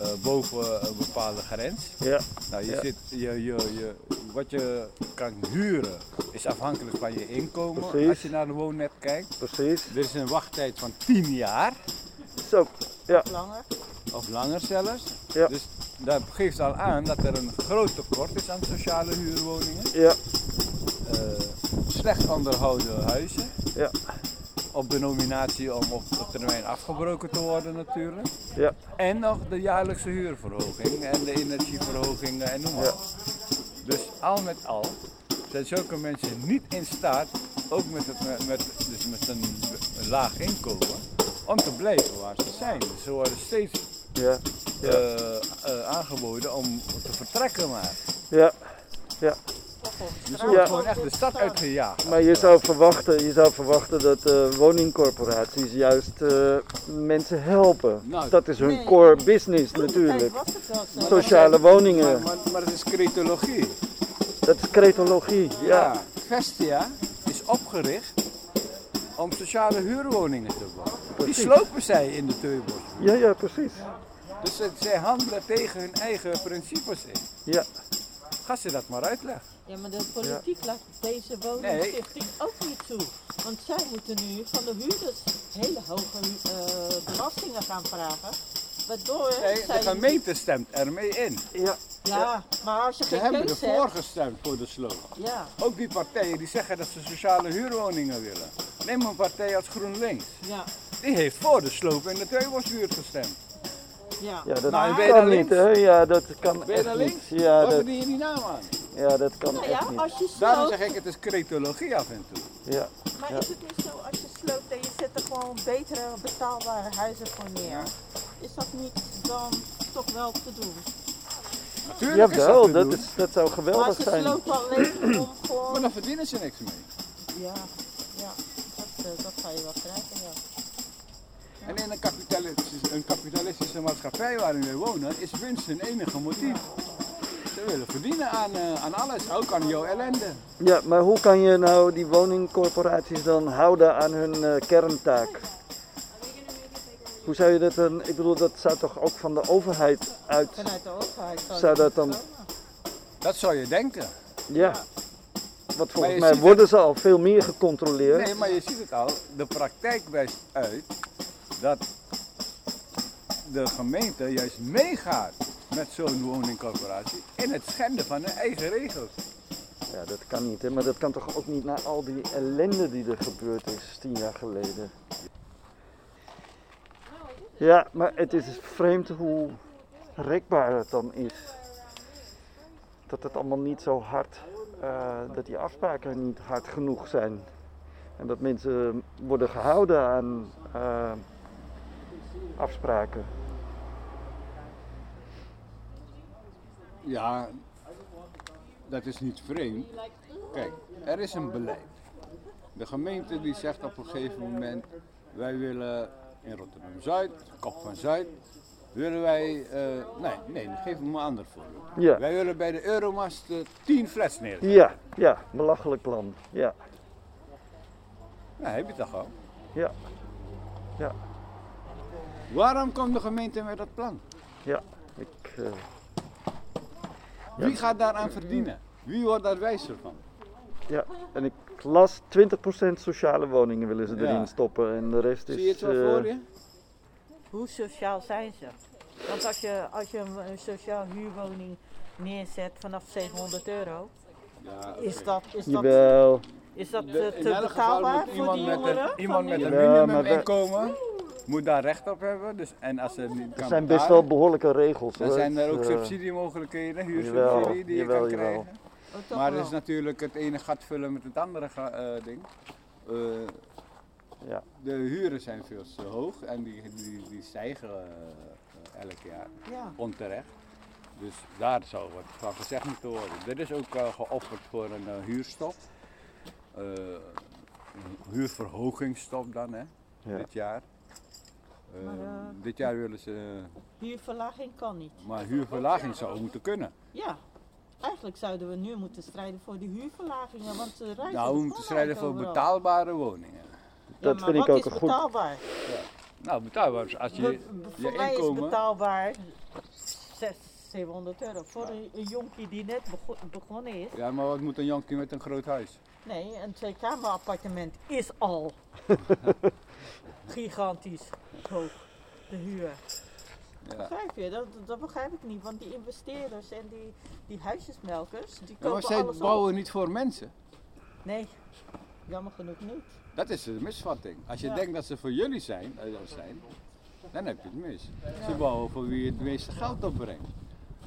K: eh, boven een bepaalde grens.
D: Ja.
K: Nou, je
D: Ja.
K: zit, je, je, je, wat je kan huren is afhankelijk van je inkomen.
D: Precies.
K: Als je naar de woonnet kijkt.
D: Precies.
K: Er is een wachttijd van 10 jaar.
D: Zo, ja.
C: Langer.
K: Of langer zelfs.
D: Ja.
K: Dus dat geeft al aan dat er een groot tekort is aan sociale huurwoningen. Eh,
D: Ja.
K: slecht onderhouden huizen.
D: Ja.
K: Op de nominatie om op termijn afgebroken te worden natuurlijk.
D: Ja.
K: En nog de jaarlijkse huurverhoging en de energieverhoging en noem maar. op. Dus al met al zijn zulke mensen niet in staat, ook met, het, met, met- dus met een b- laag inkomen, om te blijven waar ze zijn. Dus ze worden steeds
D: Ja. Ja.
K: eh, eh, aangeboden om te vertrekken maar.
D: Ja. Ja.
K: Dus ze worden gewoon echt de stad uitgejaagd.
D: Maar je zou verwachten, je zou verwachten dat eh, woningcorporaties juist eh, mensen helpen.
K: Nou,
D: dat is hun
K: nee.
D: core business natuurlijk.
K: Maar dat
D: Sociale
K: zijn-
D: woningen.
K: Maar, maar, maar het is cretologie.
D: Dat is cretologie, ja.
K: Vestia is opgericht om sociale huurwoningen te bouwen.
D: Precies.
K: Die slopen zij in de teubels.
D: Ja, ja, precies.
K: Dus het- zij handelen tegen hun eigen principes in.
D: Ja.
K: Ga ze dat maar uitleggen.
C: Ja, maar de politiek laat deze woningstichting ook niet toe. Want zij moeten nu van de huurders hele hoge eh, belastingen gaan vragen. Waardoor
K: Nee,
C: Eh, zij...
K: de gemeente stemt ermee in.
D: Ja,
C: Ja, maar als je
K: Ze
C: geen
K: hebben
C: keuze
K: ervoor
C: hebt...
K: gestemd voor de sloop.
C: Ja,
K: Ook die partijen die zeggen dat ze sociale huurwoningen willen. Neem een partij als GroenLinks.
C: ja,
K: Die heeft voor de sloop in de Teubelsbuurt gestemd.
C: ja.
D: Ja, dat
K: Nou, en ben je
D: kan
K: dan
D: niet, hè? Ja, dat kan
K: Ben je
D: echt
K: daar
D: niet.
K: links?
D: Ja,
K: Waar
D: dat,
K: verdien je die
F: nou
K: naam aan?
D: ja, dat kan
C: Nou
D: echt
C: ja,
D: niet.
C: als je sloopt...
K: Daarom zeg ik, het is cretologie af en toe.
D: Ja.
C: Maar
D: Ja.
C: is het niet zo, als je sloopt en je zet er gewoon betere betaalbare huizen voor neer? Is dat niet dan toch wel te doen?
K: Natuurlijk is
D: Jawel,
K: dat te
D: dat,
K: doen.
D: is, dat zou
C: maar
D: geweldig
C: als je
D: zijn.
C: sloopt alleen om gewoon...
K: Maar dan verdienen ze niks mee.
C: Ja, ja. Dat, eh, dat ga je wel krijgen, ja.
K: En in een kapitalistische, een kapitalistische maatschappij waarin we wonen, is winst hun enige motief. Ze willen verdienen aan, eh, aan alles, ook aan jouw ellende.
D: Ja, maar hoe kan je nou die woningcorporaties dan houden aan hun eh, kerntaak? Hoe zou je dat dan, ik bedoel, dat zou toch ook van de overheid uit.
C: Vanuit de overheid zou
D: Zou dat
C: dat
D: dan.
K: Dat zou je denken.
D: Ja. Want volgens
K: je
D: mij
K: ziet
D: worden ze al veel meer gecontroleerd.
K: Nee, maar je ziet het al. De praktijk wijst uit dat de gemeente juist meegaat met zo'n woningcorporatie in het schenden van hun eigen regels.
D: Ja, dat kan niet, hè? maar dat kan toch ook niet na al die ellende die er gebeurd is tien jaar geleden. Ja, maar het is vreemd hoe rekbaar het dan is. Dat het allemaal niet zo hard, eh, dat die afspraken niet hard genoeg zijn. En dat mensen worden gehouden aan eh, afspraken.
K: Ja, dat is niet vreemd. Kijk, er is een beleid. De gemeente die zegt op een gegeven moment, wij willen in Rotterdam-Zuid, Kop van Zuid, willen wij, eh, nee, nee, geef me een ander voorbeeld.
D: Ja.
K: Wij willen bij de Euromast eh, 10 flats neerzetten.
D: Ja, ja, belachelijk plan. Ja,
K: Nou, heb je toch al.
D: ja, ja,
K: Waarom komt de gemeente met dat plan?
D: ja. Ik, eh, Ja.
K: Wie gaat daaraan verdienen? Wie wordt daar wijzer van?
D: Ja, en ik las 20% sociale woningen willen ze
K: Ja.
D: erin stoppen en de rest is...
C: Zie je het wel
D: eh,
C: voor je? Hoe sociaal zijn ze? Want als je, als je een een sociaal huurwoning neerzet vanaf 700 euro, is dat, is dat,
D: Jawel.
C: is dat
K: In
C: eh,
K: elk
C: te
K: geval
C: betaalbaar
K: moet
C: voor die
K: iemand
C: jongeren?
K: Met een, iemand met een
D: Jawel, maar
K: minimuminkomen moet daar recht op hebben. Dus, en als ze het niet kan
D: Er zijn best wel
K: betalen,
D: behoorlijke regels.
K: Dan
D: hoor.
K: zijn er
D: Het,
K: ook
D: eh,
K: subsidiemogelijkheden,
D: jawel,
K: huursubsidie die je
D: jawel,
K: kan
D: jawel.
K: krijgen.
C: Oh, toch
K: Maar het
C: wel.
K: is natuurlijk het ene gat vullen met het andere ga- eh, ding. Eh, De huren zijn veel te hoog en die, die, die stijgen eh, eh, elk jaar
C: Ja.
K: onterecht. Dus daar zou wat van gezegd moeten worden. Er is ook eh, geopperd voor een eh, huurstop. Eh, een huurverhogingsstop dan, hè,
D: Ja.
K: dit jaar. Eh,
C: Maar, eh,
K: dit jaar willen ze... eh,
C: Huurverlaging kan niet.
K: maar huurverlaging zou moeten kunnen.
C: Ja, eigenlijk zouden we nu moeten strijden voor die huurverlagingen, want ze reizen
K: Nou, we moeten strijden voor betaalbare woningen.
C: Dat maar vind ik wat ook is een goed- betaalbaar?
K: Nou, betaalbaar is als je je
C: Voor mij is
K: inkomen.
C: betaalbaar 600, 700 euro. Voor
K: Nou.
C: een een jonkie die net bego- begonnen is,
K: Ja, maar wat moet een jonkie met een groot huis?
C: Nee, een tweekamer appartement is al gigantisch hoog, de huur.
K: Ja.
C: Begrijp je? Dat, dat begrijp ik niet, want die investeerders en die, die huisjesmelkers, die
K: Ja,
C: kopen
K: maar zij
C: alles
K: bouwen
C: op.
K: niet voor mensen.
C: Nee, jammer genoeg niet.
K: Dat is de misvatting. Als je
C: Ja.
K: denkt dat ze voor jullie zijn, eh, zijn, dan heb je het mis.
C: Ja.
K: Ze bouwen voor wie het meeste geld opbrengt.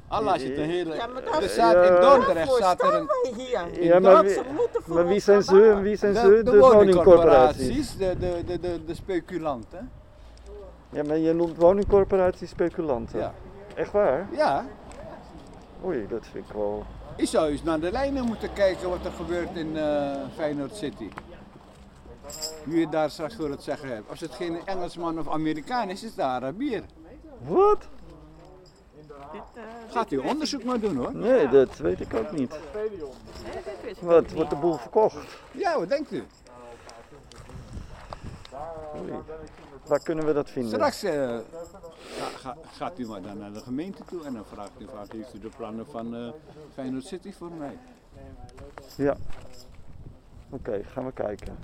K: Al als je het een hele...
C: Ja, maar
K: er
C: daar-
K: staat in
C: Ja.
K: Dordrecht
C: Daarvoor
K: staat er een...
C: staan wij hier.
D: Ja, maar wie, maar wie zijn ze en wie zijn ze? De, woningcorporaties.
K: De, de, de, de, de speculanten.
D: Ja, maar je noemt woningcorporaties speculanten.
K: Ja.
D: Echt waar?
K: Ja.
D: Oei, dat vind ik wel...
K: Je zou eens naar de lijnen moeten kijken wat er gebeurt in eh, Feyenoord City. Wie het daar straks voor het zeggen hebt. Als het geen Engelsman of Amerikaan is, is het eh, een Arabier.
D: Wat?
K: Gaat u onderzoek maar doen hoor.
D: Nee, dat weet ik ook niet. Wat wordt de boel verkocht?
K: Ja, wat denkt u?
D: Oei. Waar kunnen we dat vinden?
K: Straks eh, ga- ga- gaat u maar dan naar de gemeente toe en dan vraagt u vaak, heeft u de plannen van eh, Feyenoord City voor mij?
D: Ja. Oké, gaan we kijken.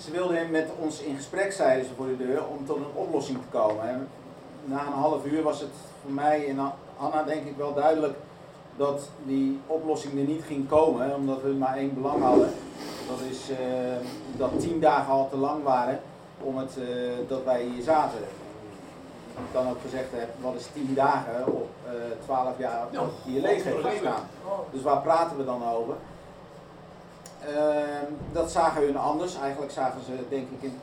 F: Ze wilden met ons in gesprek, zeiden ze voor de deur, om tot een oplossing te komen. En na een half uur was het voor mij en Anna denk ik wel duidelijk dat die oplossing er niet ging komen, omdat we maar één belang hadden. Dat is eh, dat tien dagen al te lang waren om het, eh, dat wij hier zaten. Ik dan ook gezegd heb, wat is tien dagen op eh, twaalf jaar hier leeg heeft gestaan. Dus waar praten we dan over? Ehm, dat zagen hun anders. Eigenlijk zagen ze denk ik in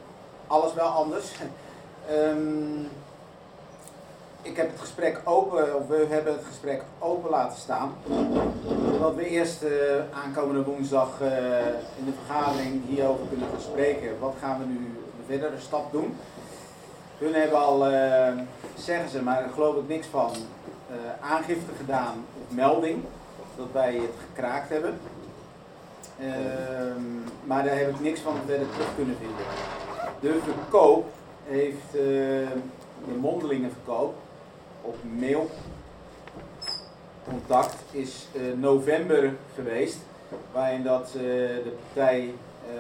F: alles wel anders. Ehm, ik heb het gesprek open, of we hebben het gesprek open laten staan. Omdat we eerst eh, aankomende woensdag eh, in de vergadering hierover kunnen gaan spreken. Wat gaan we nu de verdere stap doen? Hun hebben al, eh, zeggen ze, maar daar geloof ik niks van, eh, aangifte gedaan of melding. Dat wij het gekraakt hebben. Ehm, maar daar heb ik niks van verder terug kunnen vinden. De verkoop heeft eh, de mondelingenverkoop op mail. Contact is eh, november geweest, waarin dat eh, de partij eh,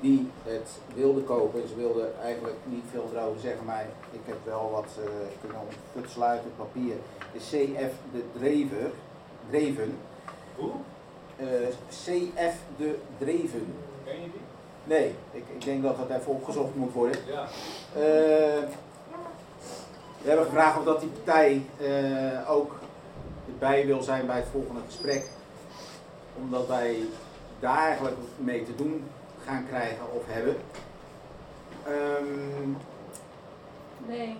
F: die het wilde kopen, ze wilde eigenlijk niet veel erover zeggen, maar ik heb wel wat eh kunnen ontfutselen uit het papier. De CF de Drever, Dreven. Hoe? CF de Dreven.
N: Ken je die?
F: Nee, ik, ik denk dat dat even opgezocht moet worden.
N: Ja.
F: Eh, we hebben gevraagd of dat die partij eh, ook erbij wil zijn bij het volgende gesprek. Omdat wij daar eigenlijk mee te doen gaan krijgen of hebben. Ehm,
H: Nee.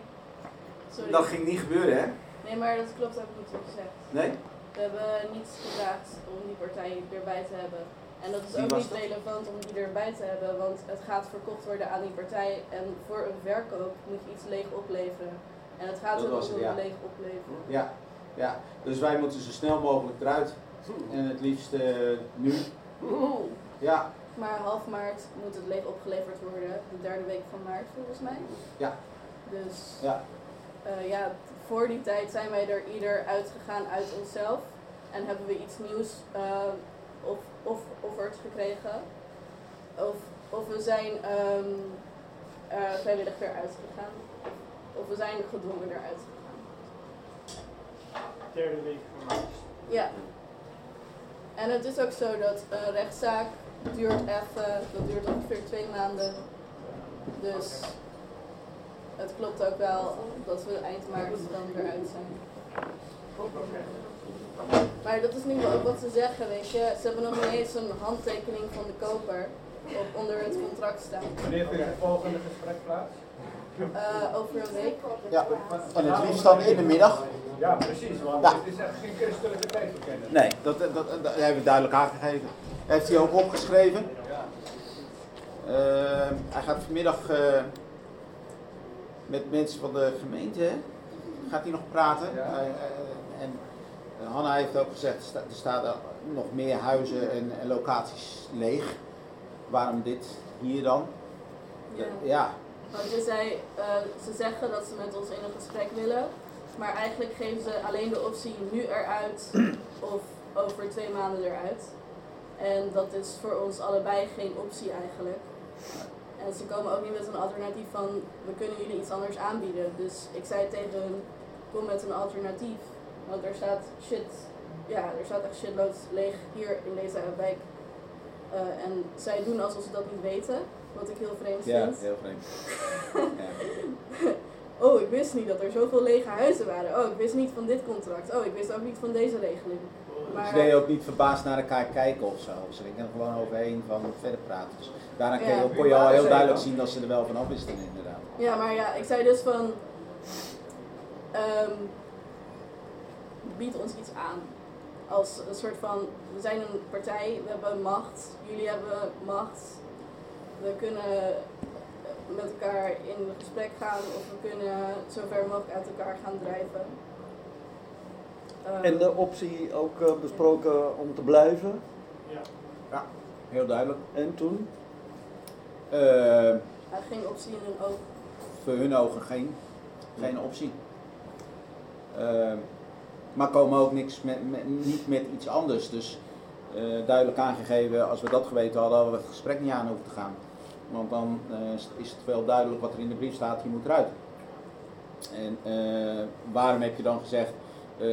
H: Sorry.
F: dat ging niet gebeuren, hè?
H: Nee, maar dat klopt ook niet wat je zegt.
F: Nee?
H: We hebben niets gevraagd om die partij erbij te hebben. En dat is
F: Wie
H: ook
F: was
H: niet
F: dat?
H: relevant om die erbij te hebben, want het gaat verkocht worden aan die partij. En voor een verkoop moet je iets leeg opleveren. En het gaat
F: Dat
H: er
F: was
H: ook
F: het,
H: om
F: ja.
H: leeg opleveren.
F: Ja, ja. Dus wij moeten zo snel mogelijk eruit. En het liefst eh, nu. Ja,
H: Maar half maart moet het leeg opgeleverd worden, de derde week van maart volgens mij.
F: ja,
H: Dus
F: ja.
H: eh, ja, voor die tijd zijn wij er ieder uitgegaan uit onszelf. En hebben we iets nieuws eh, of, of offerd gekregen. Of, of we zijn ehm, eh, vrijwillig eruit gegaan. Of we zijn gedwongen eruit gegaan.
L: Derde week van maart.
H: Ja. En het is ook zo dat een rechtszaak duurt even, dat duurt ongeveer twee maanden. Dus het klopt ook wel dat we eind maart dan weer uit zijn. Maar dat is nu wel ook wat ze zeggen, weet je. Ze hebben nog niet eens een handtekening van de koper op onder het contract staan.
N: Wanneer vindt het volgende gesprek plaats?
H: Eh, over een week.
F: Ja, en het liefst dan in de middag.
N: Ja, precies, want
F: Ja.
N: het is echt geen kunstelijke tijd te kennen.
F: Nee, dat, dat, dat, dat hebben we duidelijk aangegeven. Heeft hij ook opgeschreven. Ehm, hij gaat vanmiddag eh, met mensen van de gemeente, hè? gaat hij nog praten. Hij, eh, en eh, Hanna heeft ook gezegd, er sta- er staan er nog meer huizen en, en locaties leeg. Waarom dit hier dan?
H: Ja.
F: ja.
H: Want je zei, eh, ze zeggen dat ze met ons in een gesprek willen, maar eigenlijk geven ze alleen de optie nu eruit of over twee maanden eruit. En dat is voor ons allebei geen optie eigenlijk. En ze komen ook niet met een alternatief van we kunnen jullie iets anders aanbieden. Dus ik zei tegen hun, kom met een alternatief. Want er staat shit, ja, er staat echt shitloads leeg hier in deze wijk. Eh, en zij doen alsof ze dat niet weten, wat ik heel vreemd
F: Ja,
H: vind.
F: heel vreemd.
H: oh, ik wist niet dat er zoveel lege huizen waren. Oh, ik wist niet van dit contract. Oh, ik wist ook niet van deze regeling.
F: Ze
H: Maar,
F: deden Dus ook niet verbaasd naar elkaar kijken of zo. Ze gingen er gewoon overheen van verder praten. Dus daaraan kon je-
H: Ja.
F: kon je al heel duidelijk zien dat ze er wel van af wisten inderdaad.
H: ja, maar ja, ik zei dus van... ehm, bied ons iets aan. Als een soort van, we zijn een partij, we hebben macht. Jullie hebben macht. We kunnen met elkaar in gesprek gaan of we kunnen zo ver mogelijk uit elkaar gaan drijven. Ehm,
O: En de optie ook eh, besproken om te blijven?
H: Ja.
F: Ja, heel duidelijk.
O: En toen?
F: Eh,
H: Hij had geen optie in hun ogen.
F: voor hun ogen geen, geen optie. Eh, maar komen ook niks met, met- niet met iets anders. Dus eh, duidelijk aangegeven, als we dat geweten hadden, hadden we het gesprek niet aan hoeven te gaan. Want dan eh, is- is het wel duidelijk wat er in de brief staat, je moet eruit. En eh, waarom heb je dan gezegd, eh,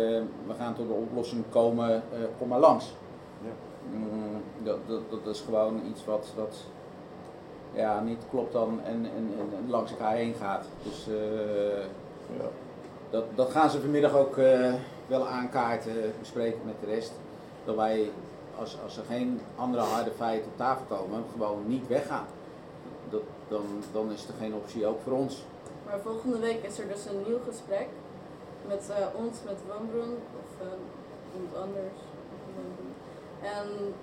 F: we gaan tot de oplossing komen, eh, kom maar langs. Mm, dat, dat, dat is gewoon iets wat, wat ja, niet klopt dan en, en, en- en langs elkaar heen gaat. Dus eh, dat, dat gaan ze vanmiddag ook eh, wel aankaarten, bespreken met de rest. Dat wij, als, als er geen andere harde feiten op tafel komen, gewoon niet weggaan. Dat, dan, dan is er geen optie ook voor ons.
H: Maar volgende week is er dus een nieuw gesprek met eh, ons, met Woonbroen of eh, iemand anders. En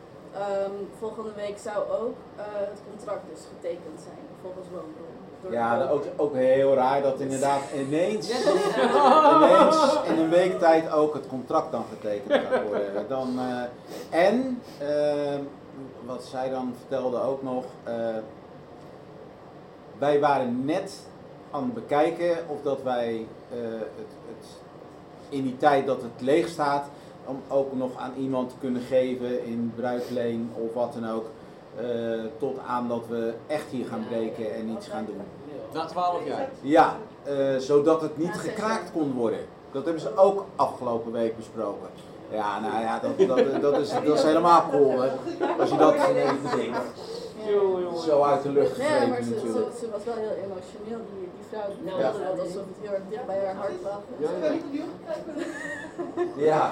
H: ehm, volgende week zou ook eh, het contract dus getekend zijn, volgens Woonbroen. door de
F: Ja, dat
H: koper.
F: ook, ook heel raar dat inderdaad ineens,
H: Ja.
F: ineens in een week tijd ook het contract dan getekend gaat worden. Dan, eh, en ehm, eh, wat zij dan vertelde ook nog, eh, Wij waren net aan het bekijken of dat wij eh, het, het, in die tijd dat het leeg staat, om ook nog aan iemand te kunnen geven in bruikleen of wat dan ook. eh, tot aan dat we echt hier gaan breken en iets gaan doen.
I: Na 12 jaar.
F: Ja, eh, zodat het niet gekraakt kon worden. Dat hebben ze ook afgelopen week besproken. Ja, nou ja, dat, dat, dat, is, dat is helemaal cool. Hè. Als je dat eh, bedenkt. Zo uit de lucht
H: Ja, maar
F: gegrepen
H: ze,
F: natuurlijk.
H: ze, ze was wel heel emotioneel, die, die vrouw. Die
F: Ja.
H: wilde dat alsof het heel erg dicht bij haar hart lag.
F: Ja, ja. Ja.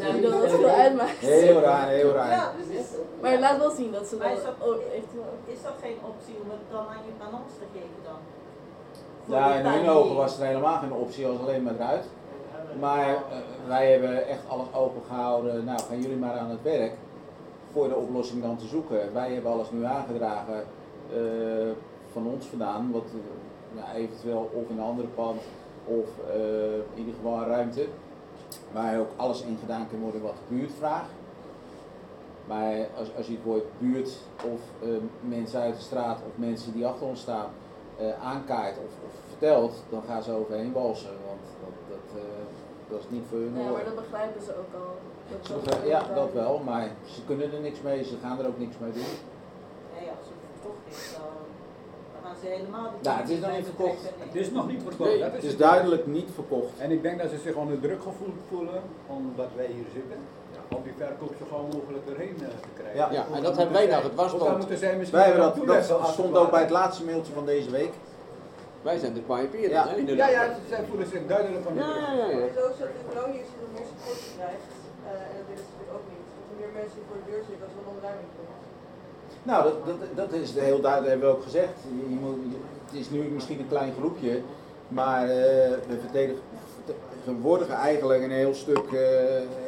H: Nou, Ik bedoel, dat veel uitmaakt.
F: Heel raar, heel raar.
C: Ja, precies.
H: Maar laat wel zien dat ze
C: Maar
H: dat
C: is dat-
H: ook echt wel...
C: Is dat geen optie om het dan aan, je, aan ons te geven dan?
F: Ja, in hun ogen was er helemaal geen optie, als alleen maar eruit. Maar eh, wij hebben echt alles open gehouden. Nou, gaan jullie maar aan het werk voor de oplossing dan te zoeken. Wij hebben alles nu aangedragen eh, van ons vandaan, wat eh, ja, eventueel of in een andere pand of eh, in ieder geval een ruimte. Waar ook alles in gedaan kan worden wat de buurt vraagt. Maar als, als je het woord buurt of eh, mensen uit de straat of mensen die achter ons staan eh, aankaart of, of vertelt, dan gaan ze overheen walsen. Want dat, dat, eh, dat is niet voor hun
H: Ja,
F: hoor.
H: maar dat begrijpen ze ook al. Dat
F: Ze
H: dat-
F: begrijpen- Ja, dat wel, maar ze kunnen er niks mee, ze gaan er ook niks mee doen.
C: Nee, als het verkocht is, dan, dan gaan ze helemaal niet.
F: Nou, het is nog niet verkocht.
C: Het
P: is nog niet verkocht.
F: Nee,
P: dat
F: het is duidelijk niet verkocht.
P: En ik denk dat ze zich onder druk gevoeld voelen, omdat wij hier zitten, om die verkoop zo gauw mogelijk erheen eh, te krijgen.
F: Ja,
P: Of
F: en
P: dan
F: dat hebben wij
P: moeten
F: nou,
P: zij-
F: het
P: of dan moeten
F: wasland.
P: zij misschien
F: Wij hebben
P: wel
F: dat,
P: toeleggen
F: dat
P: als
F: stond
P: het
F: ook bij
P: ware.
F: het laatste mailtje van deze week.
Q: Wij zijn de pioniers,
F: Ja.
Q: hè?
P: Ja, ja, zij voelen zich duidelijk onder
Q: Ja,
P: druk.
Q: ja, ja, ja.
R: Zo is dat in Groningen als je nog meer support krijgt. Eh, en dat willen ze natuurlijk ook niet. Want hoe meer mensen voor de deur zitten, als wel onderruiming komt.
F: Nou, dat, dat, dat is heel duidelijk, dat hebben we ook gezegd. Je moet, het is nu misschien een klein groepje, maar eh, we verdedigen- vertegenwoordigen eigenlijk een heel stuk, eh,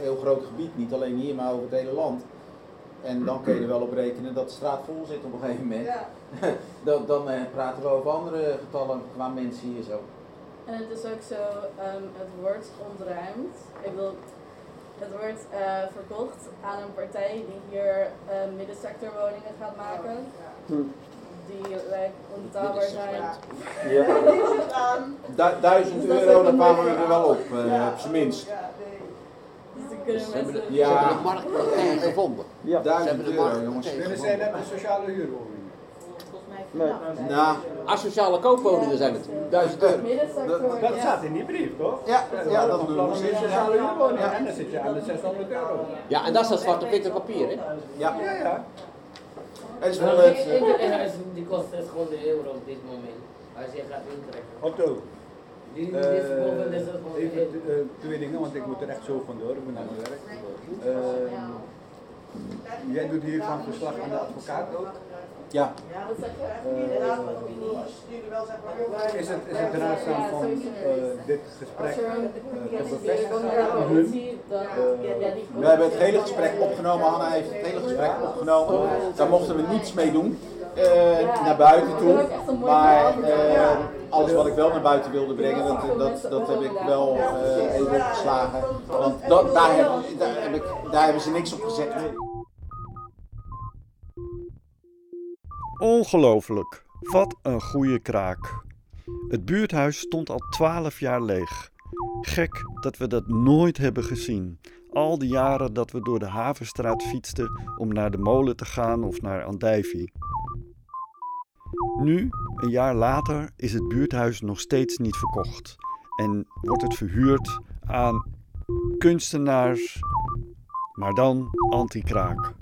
F: heel groot gebied. Niet alleen hier, maar over het hele land. En dan kun je er wel op rekenen dat de straat vol zit op een gegeven moment. dan dan eh, praten we over andere getallen qua mensen hier zo.
H: En het is ook zo, ehm, het wordt ontruimd. Ik bedoel, het wordt eh, verkocht aan een partij die hier eh, middensectorwoningen gaat maken.
R: Oh,
Q: Hmm.
H: Die like, onbetaalbaar zijn.
F: Ja. Du- duizend
H: Dus dat is
F: euro,
H: ook
F: daar
H: een
F: kwamen we
H: beetje-
F: er wel op, eh, op zijn minst.
H: Dus dan kunnen
Q: Ze hebben de,
H: mensen...
F: Ja.
Q: ze hebben de marktpartij gevonden.
F: Ja.
Q: Ze hebben de
F: Duizend euro,
Q: marktpartij
F: jongens.
P: Willen
Q: gevonden.
P: zij net een sociale huurwoning?
Q: Nee.
F: Nou.
Q: Asociale koopwoningen zijn het. Duizend euro.
P: Dat, dat staat in die brief, toch?
F: Ja,
Q: ja,
P: dat
Q: dat
P: is een
Q: bedoel ik.
P: sociale huurwoning. En dan zit je aan de 600 euro.
Q: Ja, en dat is dat zwarte witte papier, hè?
F: Ja.
P: Ja, ja.
F: Het is
S: Maar die-
F: wel leuk,
S: die-
F: eh.
S: die- eh, Die kost 600 euro op dit moment. Als je gaat intrekken.
P: Otto.
S: Die die
P: Eh,
S: is boven dus de 600
P: even
S: euro.
P: eh, twee dingen, want ik moet er echt zo vandoor, ik ben aan mijn werk. Ehm, Eh, jij doet hiervan verslag aan de advocaat ook.
F: Ja.
R: Dat zeg je echt niet. De raad van opinie is jullie wel zeg maar heel weinig.
P: Is het, is het raadzaam van eh, dit gesprek eh, te bevestigen aan hun?
F: We hebben het hele gesprek opgenomen, Hanna heeft het hele gesprek opgenomen. Daar mochten we niets mee doen, eh, naar buiten toe. Maar eh, alles wat ik wel naar buiten wilde brengen, dat, dat, dat heb ik wel eh, even opgeslagen. Want dat, daar, heb, daar, heb ik, daar hebben ze niks op gezegd.
B: Ongelooflijk. Wat een goede kraak. Het buurthuis stond al 12 jaar leeg. Gek dat we dat nooit hebben gezien. Al die jaren dat we door de Havenstraat fietsten om naar de molen te gaan of naar Andijvie. Nu, een jaar later, is het buurthuis nog steeds niet verkocht. En wordt het verhuurd aan kunstenaars, maar dan anti-kraak.